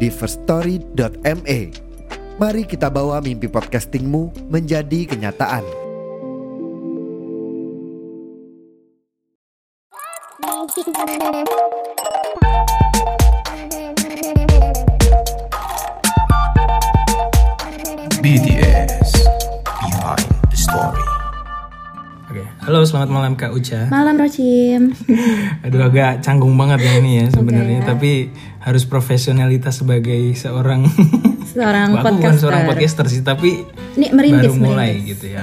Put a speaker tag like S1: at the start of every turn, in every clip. S1: di firststory.me. Mari kita bawa mimpi podcastingmu menjadi kenyataan.
S2: BTS Behind the Story.
S3: Oke, halo selamat malam Kak Uca.
S4: Malam Rocim.
S3: Aduh agak canggung banget ya ini ya sebenarnya, tapi harus profesionalitas sebagai seorang
S4: Seorang
S3: Wah, aku bukan
S4: podcaster.
S3: seorang podcaster sih, tapi
S4: Ini merintis,
S3: baru mulai
S4: merintis.
S3: gitu ya.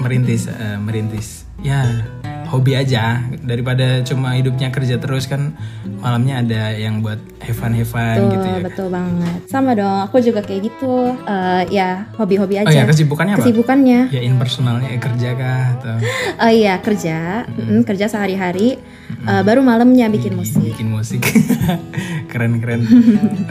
S3: Merintis eh, merintis. Ya, hobi aja daripada cuma hidupnya kerja terus kan malamnya ada yang buat have fun have fun
S4: Betul,
S3: gitu ya.
S4: betul banget. Sama dong, aku juga kayak gitu. Eh, ya, hobi-hobi aja.
S3: Oh ya, kesibukannya apa?
S4: Kesibukannya.
S3: Ya impersonalnya eh, kerja kah atau
S4: Eh, iya, kerja. Mm, kerja sehari-hari. Eh, baru malamnya bikin musik.
S3: bikin musik keren keren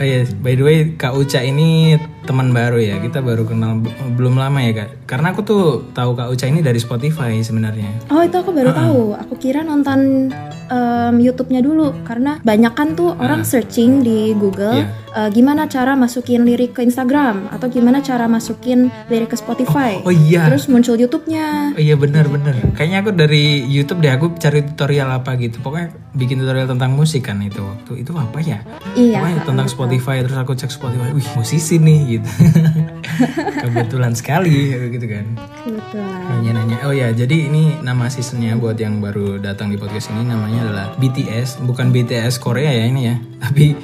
S3: oh ya by the way kak Uca ini teman baru ya kita baru kenal b- belum lama ya kak karena aku tuh tahu kak Uca ini dari Spotify sebenarnya
S4: Oh, itu aku
S3: Ah.
S4: baru tahu. Aku kira nonton em, YouTube-nya dulu karena banyak kan tuh orang searching di Google
S3: Ah. Iya.
S4: eh, gimana cara masukin lirik ke Instagram atau gimana cara masukin lirik ke Spotify.
S3: oh iya
S4: Terus muncul YouTube-nya.
S3: Oh iya benar benar. Kayaknya aku dari YouTube deh aku cari tutorial apa gitu. Pokoknya bikin tutorial tentang musik kan itu waktu itu apa ya?
S4: Iya,
S3: Pokoknya
S4: Kak,
S3: tentang Spotify terus aku cek Spotify. Wih musisi nih gitu. Kebetulan sekali gitu kan.
S4: Kebetulan.
S3: Nanya-nanya. Oh ya, jadi ini nama seasonnya buat yang baru datang di podcast ini namanya adalah BTS, bukan BTS Korea ya ini ya, tapi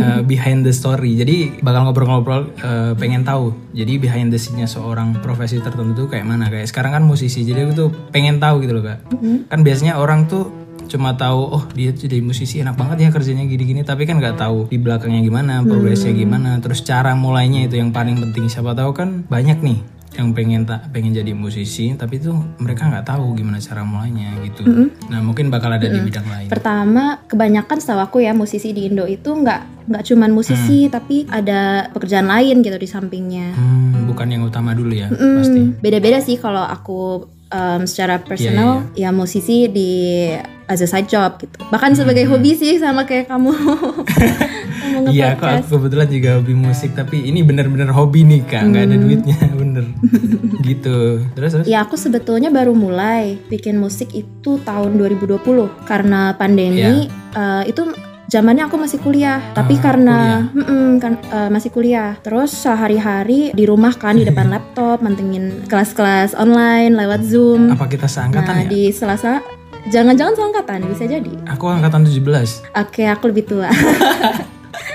S3: uh, behind the story. Jadi bakal ngobrol-ngobrol, uh, pengen tahu. Jadi behind the scene-nya seorang profesi tertentu kayak mana kayak sekarang kan musisi. Jadi aku tuh pengen tahu gitu loh kak. Kan biasanya orang tuh cuma tahu oh dia tuh jadi musisi enak banget ya kerjanya gini-gini tapi kan nggak tahu di belakangnya gimana progresnya gimana terus cara mulainya itu yang paling penting siapa tahu kan banyak nih yang pengen tak pengen jadi musisi tapi tuh mereka nggak tahu gimana cara mulainya gitu nah mungkin bakal ada di bidang lain
S4: Pertama, kebanyakan setahu aku ya musisi di Indo itu nggak nggak cuman musisi tapi ada pekerjaan lain gitu di sampingnya.
S3: Hmm, bukan yang utama dulu ya
S4: Hmm,
S3: pasti Iya,
S4: Beda-beda sih kalau aku em, secara personal ya musisi di as a side job gitu. Bahkan
S3: Hmm,
S4: sebagai hobi sih sama kayak kamu. kamu
S3: iya aku,
S4: nge-podcast.
S3: aku kebetulan juga hobi musik tapi ini bener-bener hobi nih kak nggak ada duitnya bener gitu terus terus
S4: Ya aku sebetulnya baru mulai bikin musik itu tahun 2020 karena pandemi eh, itu zamannya aku masih kuliah tapi
S3: Iya. Ah,
S4: karena Mm-mm, kan eh, masih kuliah terus sehari-hari di rumah kan di
S3: Hmm.
S4: depan laptop mantengin kelas-kelas online lewat zoom
S3: apa
S4: nah
S3: kita seangkatan ya
S4: di Selasa jangan-jangan seangkatan bisa jadi
S3: aku angkatan 17
S4: oke aku lebih tua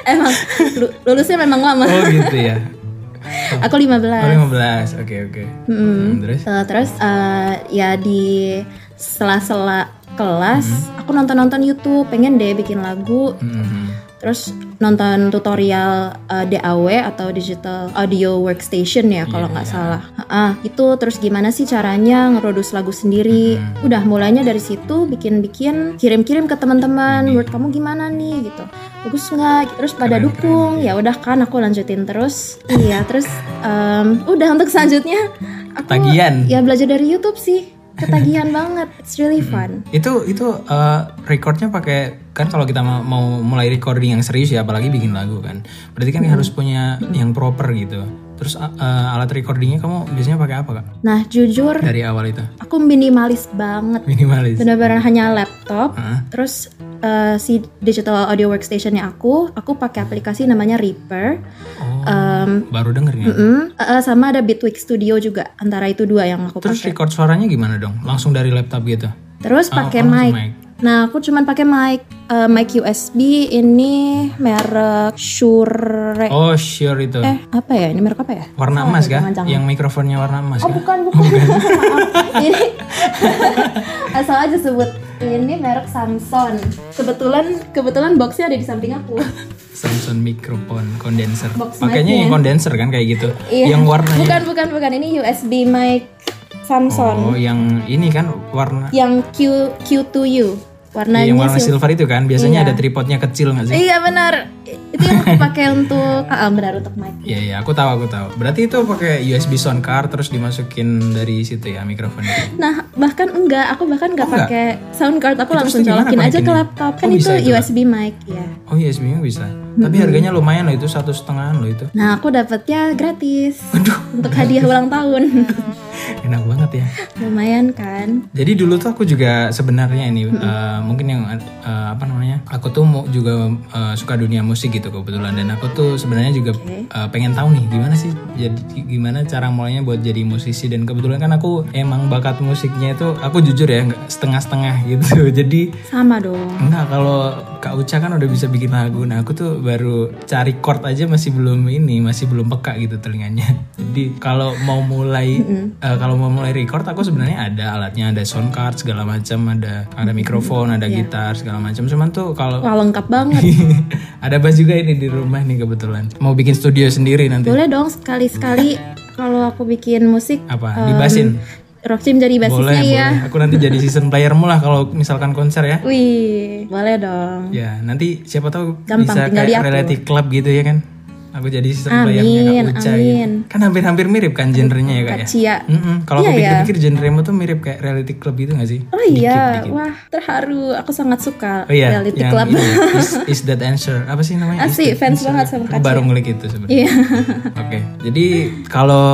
S4: emang lu- lulusnya memang lama
S3: oh gitu ya
S4: aku 15
S3: oh 15 oke oke
S4: Mm-mm.
S3: Hmm, terus
S4: Eh, terus eh, ya di sela-sela kelas aku nonton-nonton YouTube pengen deh bikin lagu
S3: Hmm.
S4: terus nonton tutorial eh, DAW atau Digital Audio Workstation ya kalau
S3: Iya,
S4: nggak
S3: iya.
S4: salah Ah, itu terus gimana sih caranya ngeproduce lagu sendiri
S3: Mhm.
S4: udah mulainya dari situ bikin-bikin kirim-kirim ke teman-teman
S3: Ini.
S4: menurut kamu gimana nih gitu bagus nggak Gitu. terus pada
S3: Iya. Keren,
S4: dukung
S3: keren, iya.
S4: ya udah kan aku lanjutin terus iya terus em, udah untuk selanjutnya aku
S3: tagihan
S4: ya belajar dari YouTube sih ketagihan banget it's really
S3: Hmm.
S4: fun
S3: itu itu eh, recordnya pakai kan kalau kita mau, mau mulai recording yang serius ya apalagi bikin lagu kan berarti kan harus punya yang proper gitu terus a- eh, alat recordingnya kamu biasanya pakai apa kak
S4: nah jujur
S3: dari awal itu
S4: aku minimalis banget
S3: minimalis
S4: benar-benar hanya laptop
S3: Heeh.
S4: terus eh, si digital audio workstationnya aku aku pakai aplikasi namanya Reaper
S3: oh,
S4: Em,
S3: baru denger ya
S4: mm, eh, eh, sama ada Bitwig Studio juga antara itu dua yang aku
S3: terus
S4: pakai
S3: record suaranya gimana dong langsung dari laptop gitu
S4: terus pakai
S3: Oh, langsung
S4: mic Nah, aku cuman pakai mic eh, mic USB ini merek Shure.
S3: oh sure itu
S4: Eh, apa ya? Ini merek apa ya? Salah
S3: warna emas
S4: ya,
S3: kah
S4: jangan-jangan.
S3: yang mikrofonnya warna emas
S4: Oh
S3: kah?
S4: bukan bukan. Maaf. Ini asal aja sebut. Ini merek Samson. Kebetulan kebetulan boxnya ada di samping aku.
S3: Samsung microphone condenser.
S4: Box
S3: Pakainya
S4: mic-nya. ya.
S3: yang condenser kan kayak gitu.
S4: Iya.
S3: Yang warnanya.
S4: Bukan bukan bukan ini USB mic
S3: Oh,
S4: Samson
S3: yang ini kan warna
S4: yang Q Q2U warnanya
S3: yang warna
S4: sil-
S3: silver itu kan. Biasanya ada tripodnya kecil nggak sih?
S4: Iya benar. Itu yang aku pakai untuk ah, ah, benar untuk mic.
S3: Iya iya, aku tahu aku tahu. Berarti itu pakai USB sound card terus dimasukin dari situ ya mikrofonnya.
S4: Nah, bahkan enggak, aku bahkan enggak
S3: Oh, enggak?
S4: pakai sound card, aku
S3: Itu
S4: langsung
S3: terus gimana
S4: colokin aja ke
S3: konekinnya?
S4: laptop. Kan
S3: Oh,
S4: itu
S3: bisa itu, Kak?
S4: USB mic ya.
S3: Oh USB nya bisa. Tapi harganya lumayan loh itu satu setengahan loh itu.
S4: Nah, aku dapetnya gratis
S3: Aduh,
S4: untuk hadiah ulang tahun.
S3: enak banget ya.
S4: Lumayan kan?
S3: Jadi dulu tuh aku juga sebenarnya ini eh, mungkin yang eh, apa namanya? Aku tuh mau juga eh, suka dunia musik gitu kebetulan dan aku tuh sebenarnya juga eh, pengen tahu nih gimana sih jadi gimana cara mulainya buat jadi musisi dan kebetulan kan aku emang bakat musiknya itu aku jujur ya nggak setengah-setengah gitu. Jadi
S4: Sama dong.
S3: Enggak, kalau Kak Uca kan udah bisa bikin lagu. Nah, aku tuh baru cari chord aja masih belum ini, masih belum peka gitu telinganya. Jadi, kalau mau mulai eh, kalau mau mulai record aku sebenarnya ada alatnya, ada sound card segala macam, ada ada mikrofon, ada gitar segala macam. Cuman tuh kalau
S4: Iya. Wah, lengkap banget.
S3: ada bass juga ini di rumah nih kebetulan. Mau bikin studio sendiri nanti.
S4: Boleh dong sekali-sekali kalau aku bikin musik
S3: Apa? Dibasin.
S4: Rockchim jadi
S3: Boleh,
S4: Eh, basisnya ya.
S3: boleh. Aku nanti jadi season playermu lah kalau misalkan konser ya.
S4: Wih, boleh dong.
S3: Ya, nanti siapa tahu
S4: Gampang,
S3: bisa
S4: tinggal
S3: kayak
S4: diatur.
S3: reality club gitu ya kan. Aku jadi sistem
S4: Amin,
S3: playernya Kak Uca gitu.
S4: amin.
S3: Kan hampir-hampir mirip kan genrenya ya Kak ya?
S4: Cia.
S3: Mm-mm. Kalau
S4: Iya,
S3: aku
S4: ya.
S3: pikir-pikir genremu tuh mirip kayak reality club gitu gak sih?
S4: Oh iya, wah terharu. Aku sangat suka
S3: Oh iya,
S4: reality
S3: yang
S4: club.
S3: ini ya, is, is that answer? Apa sih namanya? Is
S4: Asik,
S3: That
S4: fans
S3: Answer?
S4: banget sama Kak
S3: Aku Baru ngelik itu sebenarnya.
S4: Iya.
S3: Oke, jadi kalau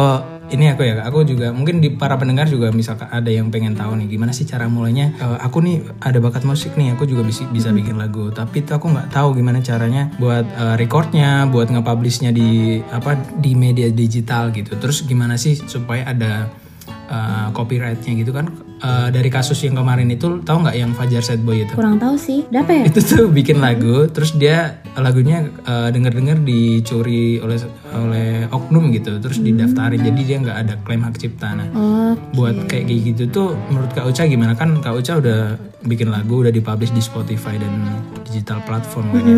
S3: ini aku ya, Kak, aku juga mungkin di para pendengar juga misalkan ada yang pengen tahu nih gimana sih cara mulainya. E, aku nih ada bakat musik nih, aku juga bisa, bisa bikin lagu, tapi itu aku nggak tahu gimana caranya buat e, recordnya, buat nge-publishnya di apa di media digital gitu. Terus gimana sih supaya ada e, copyrightnya gitu kan? E, dari kasus yang kemarin itu tahu nggak yang Fajar Sad Boy itu?
S4: Kurang tahu sih, berapa ya?
S3: itu tuh bikin lagu terus dia lagunya eh, denger-denger dicuri oleh oleh oknum gitu terus didaftarin jadi dia nggak ada klaim hak cipta nah
S4: Oh,
S3: buat kayak gitu tuh menurut Kak Uca gimana kan Kak Uca udah bikin lagu udah dipublish di Spotify dan digital platform kayaknya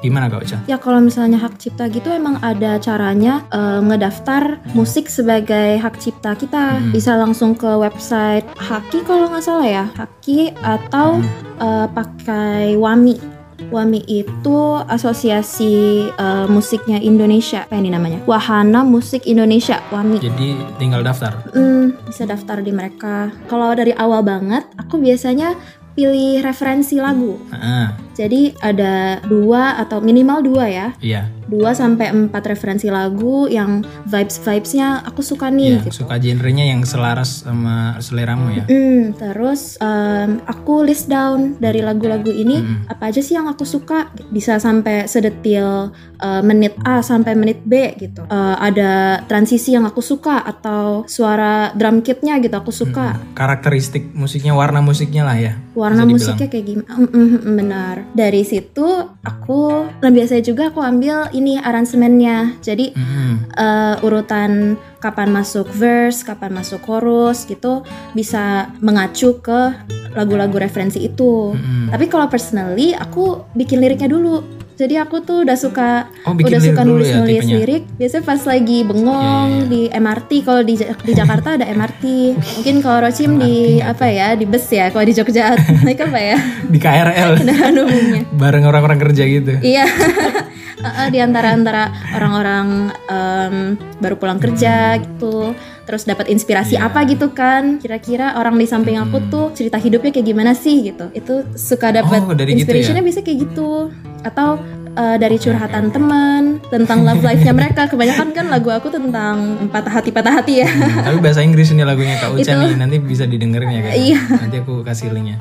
S3: gimana Kak Uca
S4: Ya kalau misalnya hak cipta gitu emang ada caranya eh, ngedaftar musik sebagai hak cipta kita bisa langsung ke website Haki kalau nggak salah ya Haki atau eh, pakai Wami Wami itu asosiasi eh, musiknya Indonesia apa ini namanya Wahana Musik Indonesia Wami
S3: jadi tinggal daftar
S4: Hmm, bisa daftar di mereka kalau dari awal banget aku biasanya pilih referensi lagu
S3: Heeh,
S4: jadi ada dua atau minimal dua ya
S3: iya
S4: 2 sampai 4 referensi lagu yang vibes-vibesnya aku suka nih
S3: iya
S4: gitu.
S3: suka genrenya yang selaras sama seleramu ya
S4: Mm, terus em, aku list down dari lagu-lagu ini
S3: Mm.
S4: apa aja sih yang aku suka bisa sampai sedetil eh, menit A sampai menit B gitu Eh, ada transisi yang aku suka atau suara drum kitnya gitu aku suka
S3: Mm-mm. Hmm, karakteristik musiknya warna musiknya lah ya
S4: warna
S3: Bisa dibilang.
S4: musiknya kayak gimana Mm, mm, mm, benar dari situ aku nah biasanya juga aku ambil ini aransemennya jadi
S3: Mm-mm.
S4: eh, urutan kapan masuk verse, kapan masuk chorus gitu bisa mengacu ke lagu-lagu referensi itu.
S3: Mm-mm.
S4: Tapi kalau personally aku bikin liriknya dulu. Jadi aku tuh udah suka
S3: Oh, bikin
S4: udah
S3: lirik
S4: suka
S3: dulu
S4: nulis
S3: ya
S4: nulis
S3: tipenya.
S4: lirik. Biasanya pas lagi bengong
S3: Iya, iya, iya.
S4: di MRT kalau di Ja- di Jakarta ada MRT. Mungkin kalau Rochim di apa ya di bus ya kalau di Jogja naik apa ya Nah,
S3: di KRL
S4: kendaraan umumnya.
S3: bareng orang-orang kerja gitu.
S4: Iya. Heeh, di antara-antara orang-orang em, baru pulang kerja gitu, terus dapat inspirasi
S3: Iya. Hmm.
S4: apa gitu kan? Kira-kira orang di samping aku tuh cerita hidupnya kayak gimana sih gitu? Itu suka dapat
S3: Oh, dari gitu
S4: inspirationnya bisa kayak gitu, atau eh, dari curhatan teman tentang love life-nya mereka. Kebanyakan kan lagu aku tentang patah hati patah hati ya.
S3: Hmm, tapi bahasa Inggris ini lagunya Kak Uca
S4: Itu.
S3: nih, nanti bisa didengerin ya Kak.
S4: Iya.
S3: Nanti aku kasih linknya.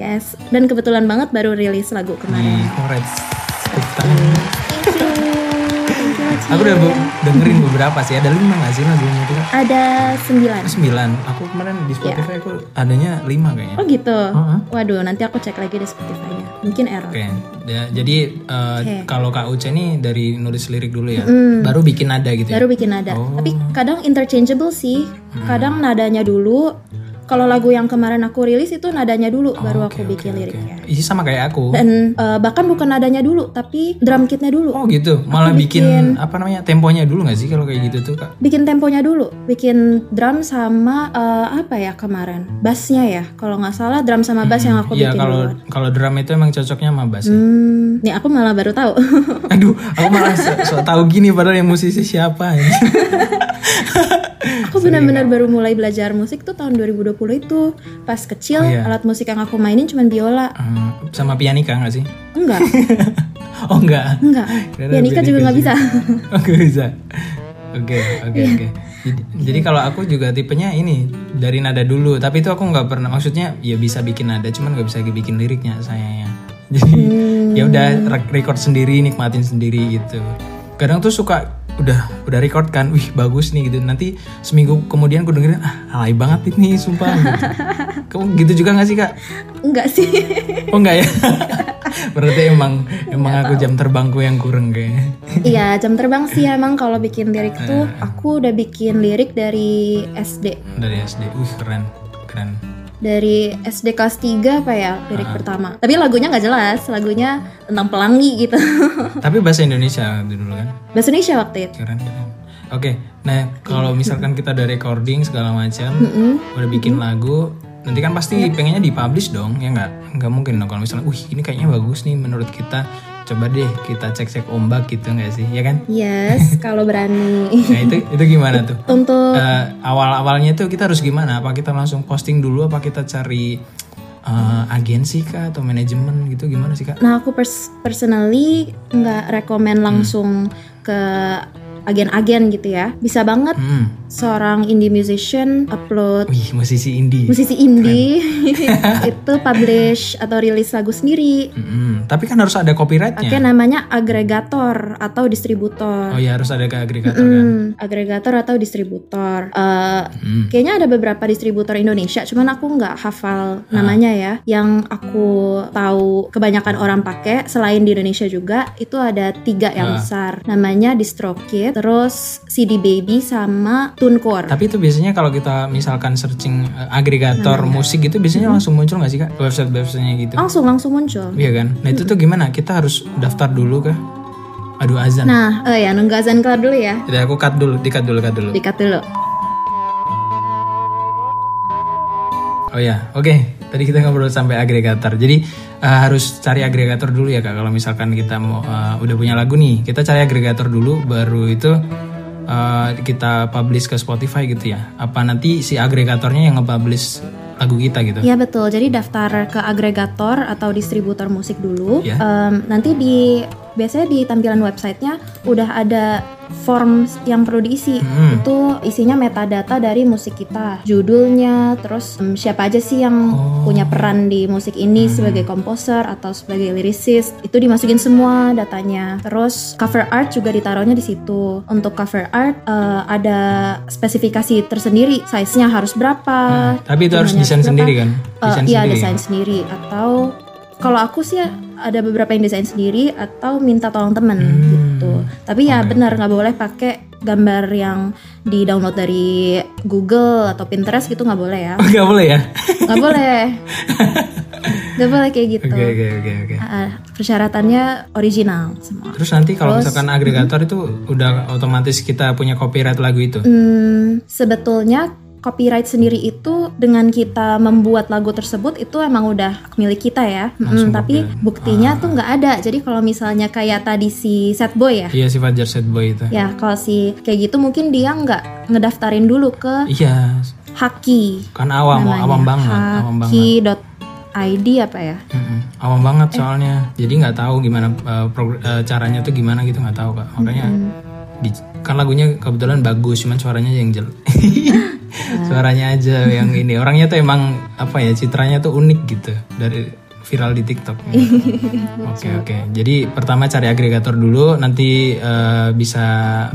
S4: Yes. Dan kebetulan banget baru rilis lagu kemarin.
S3: Nih, congrats. Tepuk tangan.
S4: Thank you. Thank you, Ci.
S3: Aku udah be- dengerin beberapa sih, ada lima gak sih lagunya itu? Kak?
S4: Ada sembilan.
S3: Ada Sembilan. Aku kemarin di Spotify aku adanya lima kayaknya.
S4: Iya. Oh gitu.
S3: Heeh.
S4: Waduh, nanti aku cek lagi di Spotify-nya. Mungkin error.
S3: Oke, ya, jadi eh,
S4: Oke. Hmm.
S3: kalau Kak Uca nih dari nulis lirik dulu ya, baru bikin nada gitu ya?
S4: Baru bikin nada.
S3: Oh. Hmm.
S4: Tapi kadang interchangeable sih. Kadang nadanya dulu, kalau lagu yang kemarin aku rilis itu nadanya dulu baru
S3: Oke,
S4: aku bikin
S3: oke,
S4: liriknya.
S3: oke. Ih, sama kayak aku.
S4: Dan eh, bahkan bukan nadanya dulu tapi drum kitnya dulu.
S3: Oh gitu, malah
S4: Aku
S3: bikin,
S4: bikin-
S3: apa namanya temponya dulu nggak sih kalau kayak gitu tuh kak?
S4: Bikin temponya dulu, bikin drum sama eh, apa ya kemarin? Bassnya ya, kalau nggak salah drum sama bass yang aku
S3: Iya
S4: bikin
S3: kalau
S4: duluan.
S3: kalau drum itu emang cocoknya sama bass. ya?
S4: Hmm, nih aku malah baru tahu.
S3: Aduh, aku malah so, so tau gini padahal yang musisi siapa Eh, ini.
S4: aku benar-benar baru mulai belajar musik tuh tahun 2020 itu. Pas kecil
S3: Oh, iya.
S4: alat musik yang aku mainin cuman biola.
S3: Hmm, sama pianika nggak sih?
S4: Enggak,
S3: Oh enggak.
S4: enggak.
S3: Karena
S4: Pianika juga nggak bisa. Iya.
S3: Oh, nggak bisa. Oke, oke, oke. Jadi, jadi kalau aku juga tipenya ini dari nada dulu, tapi itu aku nggak pernah. Maksudnya ya bisa bikin nada, cuman nggak bisa bikin liriknya sayangnya. Jadi
S4: Hmm.
S3: ya udah rek- record sendiri, nikmatin sendiri gitu. Kadang tuh suka udah udah record kan, wih bagus nih gitu. Nanti seminggu kemudian aku dengerin ah alay banget ini sumpah. Gitu. Kamu gitu juga nggak sih kak?
S4: Enggak sih.
S3: Oh enggak ya? Berarti emang emang aku jam terbangku yang kurang kayaknya.
S4: Iya, jam terbang sih emang kalau bikin lirik
S3: Ah,
S4: tuh aku udah bikin lirik dari SD.
S3: Dari SD. Wih, keren. Keren.
S4: Dari SD kelas 3 apa ya
S3: Ah,
S4: lirik pertama. Tapi lagunya nggak jelas, lagunya tentang pelangi gitu.
S3: Tapi bahasa Indonesia dulu kan.
S4: Bahasa Indonesia waktu itu.
S3: Keren, keren. Oke, nah kalau misalkan kita udah recording segala macam, udah bikin lagu, nanti kan pasti pengennya dipublish dong, ya nggak? Nggak mungkin dong kalau misalnya, wih ini kayaknya bagus nih menurut kita, coba deh kita cek-cek ombak gitu nggak sih, ya kan?
S4: Yes, kalau berani.
S3: Nah itu itu gimana tuh?
S4: Untuk
S3: Eh, awal-awalnya itu kita harus gimana? Apa kita langsung posting dulu? Apa kita cari eh, agensi kah atau manajemen gitu? Gimana sih kak?
S4: nah aku pers- personally nggak rekomen
S3: Hmm.
S4: langsung ke agen-agen gitu ya. Bisa banget
S3: Hmm.
S4: seorang indie musician upload
S3: Wih musisi indie.
S4: musisi indie itu publish atau rilis lagu sendiri
S3: Mm-mm. Tapi kan harus ada copyrightnya.
S4: Oke nah. namanya agregator atau distributor.
S3: Oh iya harus ada ke agregator kan.
S4: Hmm, agregator atau distributor. Eh,
S3: Mm.
S4: kayaknya ada beberapa distributor Indonesia, cuman aku nggak hafal namanya ya. Yang aku tahu kebanyakan orang pakai selain di Indonesia juga itu ada tiga yang
S3: Ah.
S4: besar. Namanya DistroKid, terus CD Baby sama TuneCore.
S3: Tapi itu biasanya kalau kita misalkan searching eh, agregator musik gitu biasanya langsung muncul nggak sih kak website websitenya gitu?
S4: Langsung langsung muncul.
S3: Iya kan. Nah itu tuh gimana? Kita harus daftar dulu kah? Aduh azan.
S4: Nah, eh ya nunggu azan kelar dulu ya.
S3: Jadi aku cut dulu, di cut dulu, cut dulu.
S4: Dikat dulu.
S3: Oh ya, oke. Tadi kita ngobrol sampai agregator. Jadi eh, harus cari agregator dulu ya kak. Kalau misalkan kita mau eh, udah punya lagu nih, kita cari agregator dulu, baru itu eh, kita publish ke Spotify gitu ya. Apa nanti si agregatornya yang nge-publish lagu kita gitu?
S4: Iya betul. Jadi daftar ke agregator atau distributor musik dulu.
S3: Ya.
S4: Em, nanti di biasanya di tampilan websitenya udah ada form yang perlu diisi.
S3: Hmm.
S4: Itu isinya metadata dari musik kita, judulnya, terus em, siapa aja sih yang
S3: Oh. Hmm.
S4: punya peran di musik ini sebagai komposer atau sebagai lyricist. Itu dimasukin semua datanya. Terus cover art juga ditaruhnya di situ. Untuk cover art eh, ada spesifikasi tersendiri, size-nya harus berapa,
S3: Nah, tapi itu harus
S4: Namanya
S3: desain
S4: apa?
S3: sendiri kan?
S4: Eh,
S3: Desain
S4: iya
S3: sendiri.
S4: desain sendiri atau kalau aku sih ada beberapa yang desain sendiri atau minta tolong temen
S3: Hmm.
S4: gitu tapi ya
S3: Oke,
S4: benar nggak boleh pakai gambar yang di download dari Google atau Pinterest gitu nggak boleh ya
S3: Oh, nggak boleh ya?
S4: nggak boleh nggak boleh kayak gitu
S3: Oke oke oke oke.
S4: Ah, ah, persyaratannya original semua
S3: Terus nanti kalau
S4: Terus-
S3: misalkan agregator itu udah otomatis kita punya copyright lagu itu.
S4: Hmm, sebetulnya copyright sendiri itu dengan kita membuat lagu tersebut itu emang udah milik kita ya.
S3: Langsung
S4: Mm,
S3: Ah.
S4: tapi
S3: copyright.
S4: buktinya tuh nggak ada. Jadi kalau misalnya kayak tadi si set boy ya,
S3: Iya sifat Jerset Boy itu.
S4: ya kalau si kayak gitu mungkin dia nggak ngedaftarin dulu ke
S3: Iya,
S4: Haki
S3: kan awam,
S4: namanya. Ah,
S3: awam banget, awam banget.
S4: Haki.id apa ya?
S3: Mm-mm. Awam banget soalnya, jadi nggak tahu gimana uh, prog- uh, caranya tuh gimana gitu nggak tahu kak. Makanya di- kan lagunya kebetulan bagus, cuman suaranya yang jelek. suaranya aja yang ini. Orangnya tuh emang apa ya, citranya tuh unik gitu dari viral di TikTok. Oke oke. Jadi pertama cari agregator dulu, nanti eh, bisa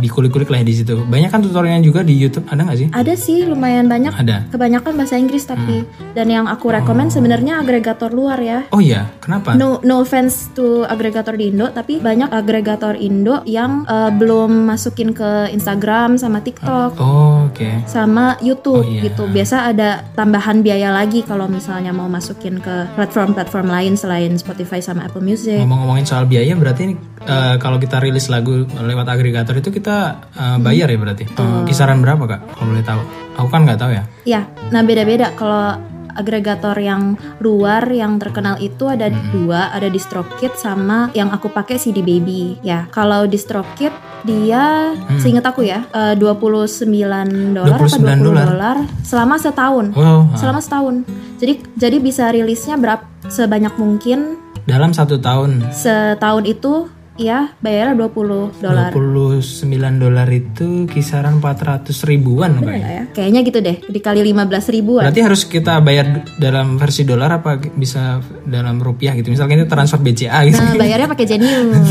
S3: dikulik-kulik lah di situ. Banyak kan tutorialnya juga di YouTube, ada nggak sih?
S4: Ada sih lumayan banyak.
S3: Ada.
S4: Kebanyakan bahasa Inggris tapi
S3: Hmm.
S4: dan yang aku rekomend sebenarnya agregator luar ya.
S3: Oh iya, kenapa?
S4: No no offense to agregator di Indo
S3: Hmm.
S4: tapi banyak agregator Indo yang eh, belum masukin ke Instagram sama TikTok.
S3: Oh, oke.
S4: sama YouTube
S3: Oh, iya.
S4: gitu. Biasa ada tambahan biaya lagi kalau misalnya mau masukin ke platform-platform lain selain Spotify sama Apple Music.
S3: Ngomong-ngomongin soal biaya, berarti ini, eh, kalau kita rilis lagu lewat agregator itu kita eh, bayar ya berarti? Eh, kisaran berapa kak? Kalau boleh tahu? Aku kan nggak tahu ya.
S4: Ya, nah beda-beda kalau agregator yang luar yang terkenal itu ada dua, ada DistroKid sama yang aku pakai CD Baby. Ya, kalau DistroKid dia
S3: Hmm.
S4: seingat aku ya eh, 29 dolar apa
S3: 29
S4: 20
S3: dolar?
S4: dolar selama setahun.
S3: Wow. ah.
S4: Selama setahun. Jadi jadi bisa rilisnya berapa sebanyak mungkin
S3: Dalam satu tahun
S4: setahun itu ya bayarnya 20 dolar
S3: 29 dolar itu kisaran 400 ribuan Kak, ya?
S4: ya. Kayaknya gitu deh, dikali 15 ribuan.
S3: Berarti harus kita bayar d- dalam versi dolar apa g- bisa dalam rupiah gitu. Misalkan itu transfer BCA gitu.
S4: Nah, bayarnya pakai Genius.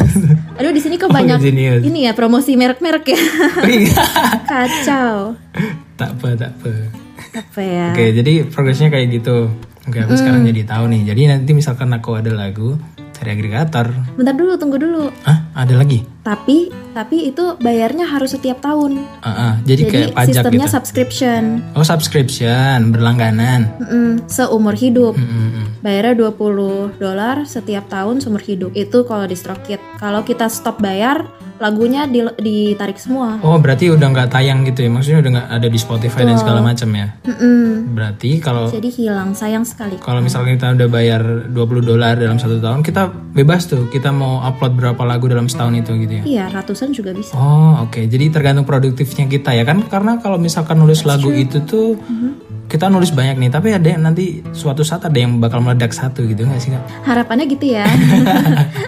S4: Aduh, di sini kok banyak
S3: Oh, Genius.
S4: ini ya promosi merek-merek ya.
S3: Wih,
S4: Kacau.
S3: Iya. tak apa, tak apa.
S4: Apa ya?
S3: Oke, jadi progresnya kayak gitu. Oke, aku sekarang jadi tahu nih. Jadi nanti misalkan aku ada lagu cari agregator.
S4: Bentar dulu, tunggu dulu.
S3: Ah, ada lagi.
S4: Tapi tapi itu bayarnya harus setiap tahun.
S3: Ah, ah, Jadi, kayak
S4: Jadi
S3: pajak
S4: sistemnya
S3: gitu.
S4: subscription.
S3: Oh, subscription, berlangganan.
S4: Mm-mm, seumur hidup.
S3: Mm-mm.
S4: Bayarnya 20 dolar setiap tahun seumur hidup. Itu kalau di Strokit. Kalau kita stop bayar, lagunya di- ditarik semua.
S3: Oh, berarti udah nggak tayang gitu ya. Maksudnya udah nggak ada di Spotify dan segala macam ya.
S4: Mm-mm.
S3: Berarti kalau
S4: Jadi hilang, sayang sekali.
S3: Kalau misalkan kita udah bayar 20 dolar dalam satu tahun, kita bebas tuh. Kita mau upload berapa lagu dalam setahun itu gitu ya.
S4: Iya, ratusan juga bisa.
S3: Oh, oke. Jadi tergantung produktifnya kita ya kan? Karena kalau misalkan nulis lagu itu tuh
S4: Mm-hmm.
S3: kita nulis banyak nih, tapi ada yang nanti suatu saat ada yang bakal meledak satu gitu nggak sih, Kak?
S4: Harapannya gitu ya.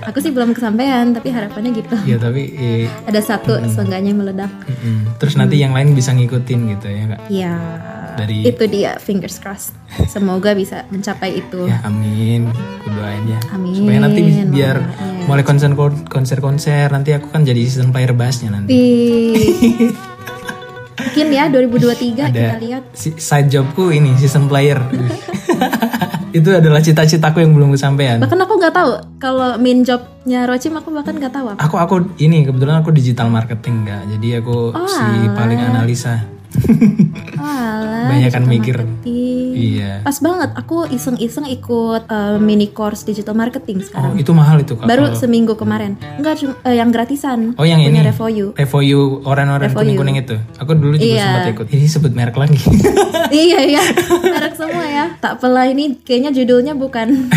S4: Aku sih belum kesampaian, tapi harapannya gitu.
S3: Ya, tapi eh,
S4: Ada satu seenggaknya meledak.
S3: mm-mm. terus nanti yang lain bisa ngikutin gitu ya, Kak.
S4: Ya,
S3: Dari-
S4: itu dia fingers crossed. Semoga bisa mencapai itu.
S3: Ya, amin. Aku doain ya.
S4: Amin.
S3: Supaya nanti bi- biar mulai konser konser konser nanti aku kan jadi season player bassnya nanti.
S4: Wih. Mungkin ya 2023 kita lihat.
S3: si- side jobku ini season player. itu adalah cita-citaku yang belum kesampaian.
S4: Bahkan aku nggak tahu kalau main jobnya Rochim aku bahkan nggak tahu apa.
S3: Aku aku ini kebetulan aku digital marketing enggak. Jadi aku
S4: Oh,
S3: si
S4: ah.
S3: paling analisa.
S4: Walah, digital
S3: Banyakan mikir.
S4: marketing.
S3: Iya.
S4: Pas banget aku iseng-iseng ikut eh, mini course digital marketing sekarang.
S3: Oh, itu mahal itu Kak.
S4: baru
S3: Kalau-
S4: seminggu kemarin enggak cuma- eh, yang gratisan
S3: Oh, yang
S4: punya
S3: ini.
S4: Revoyu
S3: Revoyu oranye-oranye
S4: Revoyu.
S3: kuning-kuning itu. Aku dulu juga
S4: Iya.
S3: sempat ikut. Ini sebut merek lagi.
S4: iya iya merek semua ya tak pela ini kayaknya judulnya bukan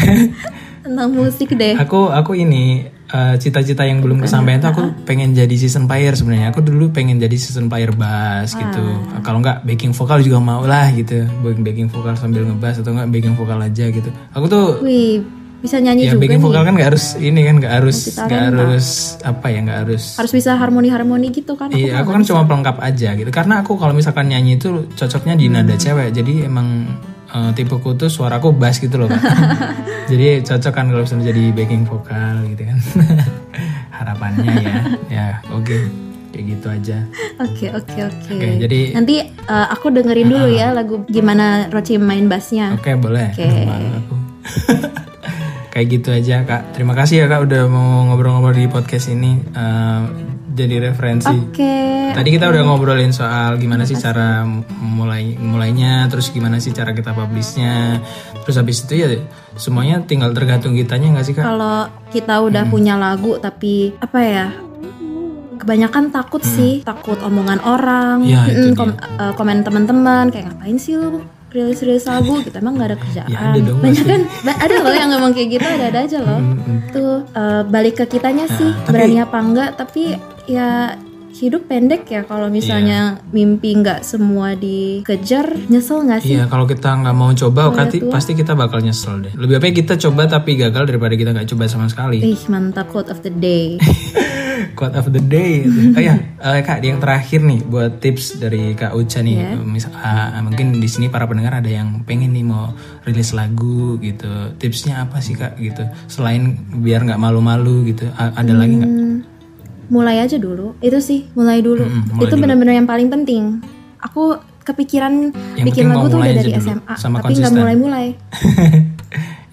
S4: tentang musik deh
S3: aku aku ini eh, cita-cita yang belum kesampaian tuh aku pengen jadi season player sebenarnya. Aku dulu pengen jadi season player
S4: Ah.
S3: bass gitu. Kalau nggak backing vokal juga mau lah gitu. Backing backing vokal sambil ngebass atau nggak backing vokal aja gitu. Aku tuh
S4: wih bisa nyanyi
S3: ya
S4: juga
S3: backing
S4: nih
S3: vokal kan nggak harus ini kan nggak harus nggak harus apa ya nggak harus
S4: harus bisa harmoni harmoni gitu kan
S3: Iya, aku kan cuma pelengkap aja gitu. Karena aku kalau misalkan nyanyi itu cocoknya di nada
S4: Hmm.
S3: cewek. Jadi emang eh, tipeku tuh suaraku bass gitu loh, Kak. jadi cocok kan kalau misalnya jadi backing vokal gitu kan. Harapannya ya. Ya, oke. Kayak gitu aja.
S4: oke oke oke
S3: Oke, jadi Ah.
S4: nanti eh, aku dengerin dulu ya lagu gimana Rochi main bassnya
S3: oke boleh.
S4: Oke.
S3: Normal aku. Kayak gitu aja, Kak. Terima kasih ya, Kak, udah mau ngobrol-ngobrol di podcast ini. Eh, jadi referensi.
S4: oke
S3: Tadi kita udah ngobrolin soal gimana sih cara m- mulai mulainya, terus gimana sih cara kita publishnya, terus habis itu ya semuanya tinggal tergantung kitanya nggak sih kak?
S4: kalau kita udah
S3: Hmm.
S4: punya lagu tapi apa ya kebanyakan takut sih takut omongan orang
S3: Hmm. Ya,
S4: Mm-mm,
S3: itu
S4: kom- eh, komen teman-teman kayak ngapain sih lu rilis rilis lagu gitu emang nggak ada kerjaan
S3: Ya, ada dong, Hmm.
S4: banyak kan ba- ada loh yang ngomong kayak gitu ada ada aja loh tuh eh, balik ke kitanya sih
S3: Ah, tapi-
S4: berani apa enggak tapi ya hidup pendek ya kalau
S3: Iya.
S4: misalnya mimpi nggak semua dikejar nyesel nggak sih
S3: Iya kalau kita nggak mau coba kati- pasti kita bakal nyesel deh.
S4: Iya,
S3: Lebih baik kita coba tapi gagal daripada kita nggak coba sama sekali.
S4: ih mantap quote of the day
S3: Quote of the day. Oh ya, eh, Kak, yang terakhir nih buat tips dari Kak Uca nih.
S4: Iya.
S3: Eh, Misal, ah, mungkin di sini para pendengar ada yang pengen nih mau rilis lagu gitu. Tipsnya apa sih Kak gitu? Selain biar nggak malu-malu gitu, a- ada lagi nggak?
S4: Hmm. mulai aja dulu itu sih mulai dulu
S3: Mm-mm, mulai
S4: itu
S3: dulu.
S4: benar-benar yang paling penting aku kepikiran
S3: Yang
S4: bikin
S3: penting
S4: lagu
S3: mau
S4: tuh
S3: mulai
S4: udah
S3: aja
S4: dari
S3: dulu,
S4: SMA
S3: sama
S4: tapi nggak
S3: konsisten.
S4: mulai-mulai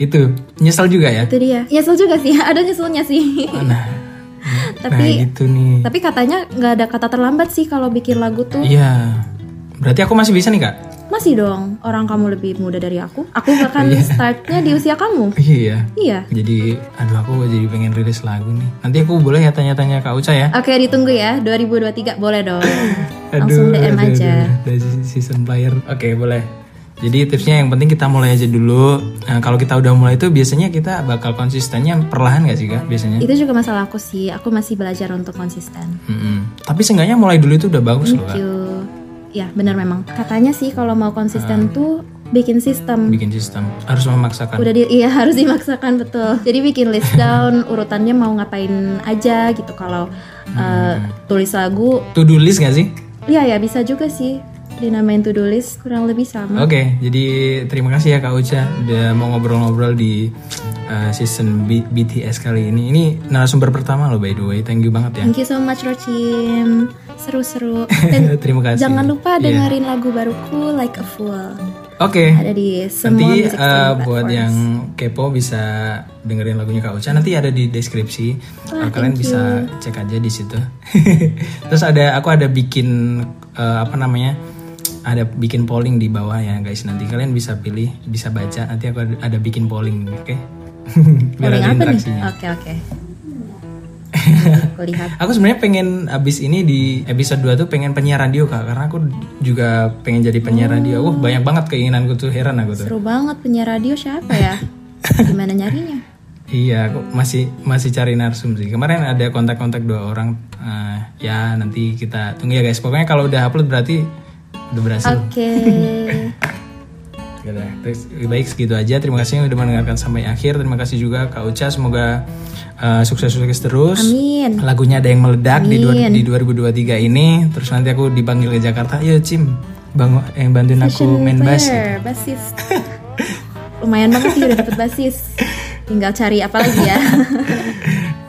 S3: Itu nyesel juga ya.
S4: itu dia nyesel juga sih ada nyeselnya sih
S3: Nah, nah
S4: Tapi-
S3: gitu nih.
S4: tapi katanya nggak ada kata terlambat sih kalau bikin lagu tuh
S3: Iya. Berarti aku masih bisa nih Kak?
S4: masih dong orang kamu lebih muda dari aku aku bahkan startnya di usia kamu
S3: Iya.
S4: iya
S3: Jadi, aduh aku jadi pengen rilis lagu nih. Nanti aku boleh ya tanya-tanya Kak Uca ya.
S4: oke ditunggu ya 2023 boleh dong langsung DM
S3: aduh,
S4: aja
S3: aduh. Dari season player. Oke, boleh. Jadi tipsnya yang penting kita mulai aja dulu. Nah, kalau kita udah mulai itu biasanya kita bakal konsistennya perlahan gak sih kak? Biasanya.
S4: itu juga masalah aku sih aku masih belajar untuk konsisten
S3: Mm-mm. Tapi seenggaknya mulai dulu itu udah bagus
S4: Thank
S3: loh kak.
S4: you. Ya benar memang. Katanya sih kalau mau konsisten
S3: Ah.
S4: tuh bikin sistem.
S3: Bikin sistem harus memaksakan.
S4: Udah di, iya harus dimaksakan betul. Jadi bikin list down urutannya mau ngapain aja gitu kalau eh,
S3: Hmm.
S4: tulis lagu.
S3: To do list gak sih?
S4: Iya ya bisa juga sih dinamain to do list kurang lebih sama.
S3: Oke, jadi terima kasih ya Kak Uca udah mau ngobrol-ngobrol di uh, season B- BTS kali ini. Ini narasumber pertama loh by the way. Thank you banget ya.
S4: Thank you so much Rocim. Seru-seru. Dan
S3: terima kasih.
S4: jangan lupa
S3: Iya.
S4: dengerin lagu baruku Like a Fool.
S3: Oke.
S4: Ada di semua
S3: nanti
S4: music
S3: eh,
S4: streaming
S3: buat
S4: platforms.
S3: yang kepo bisa dengerin lagunya Kak Uca nanti ada di deskripsi
S4: Ah,
S3: Eh, kalian bisa cek aja di situ terus ada aku ada bikin eh, apa namanya ada bikin polling di bawah ya guys nanti kalian bisa pilih bisa baca nanti aku ada, ada bikin polling oke biar
S4: Paling
S3: ada
S4: apa nih?
S3: interaksinya
S4: Oke oke. Aku lihat.
S3: Aku sebenarnya pengen abis ini di episode 2 tuh pengen penyiar radio kak Karena aku juga pengen
S4: Oh.
S3: jadi penyiar radio Wah banyak banget keinginanku tuh heran aku tuh
S4: Seru banget penyiar radio siapa ya? Gimana nyarinya?
S3: Iya, aku masih masih cari narsum sih. Kemarin ada kontak-kontak dua orang. Eh, ya nanti kita tunggu ya guys. Pokoknya kalau udah upload berarti udah berhasil.
S4: Oke.
S3: Ya udah. Terus lebih baik segitu aja. Terima kasih yang udah mendengarkan sampai akhir. Terima kasih juga Kak Uca. Semoga eh, sukses-sukses terus.
S4: Amin.
S3: Lagunya ada yang meledak di, dua- di 2023 ini. Terus nanti aku dipanggil ke Jakarta. Yo Cim, bang yang bantuin aku main bass.
S4: Player, basis. Lumayan banget sih udah dapet basis. Tinggal cari apa lagi ya.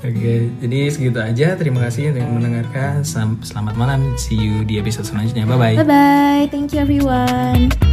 S3: Oke, jadi segitu aja. Terima kasih yang mendengarkan. Sam- Selamat malam. See you di episode selanjutnya. Bye bye.
S4: Bye bye. Thank you everyone.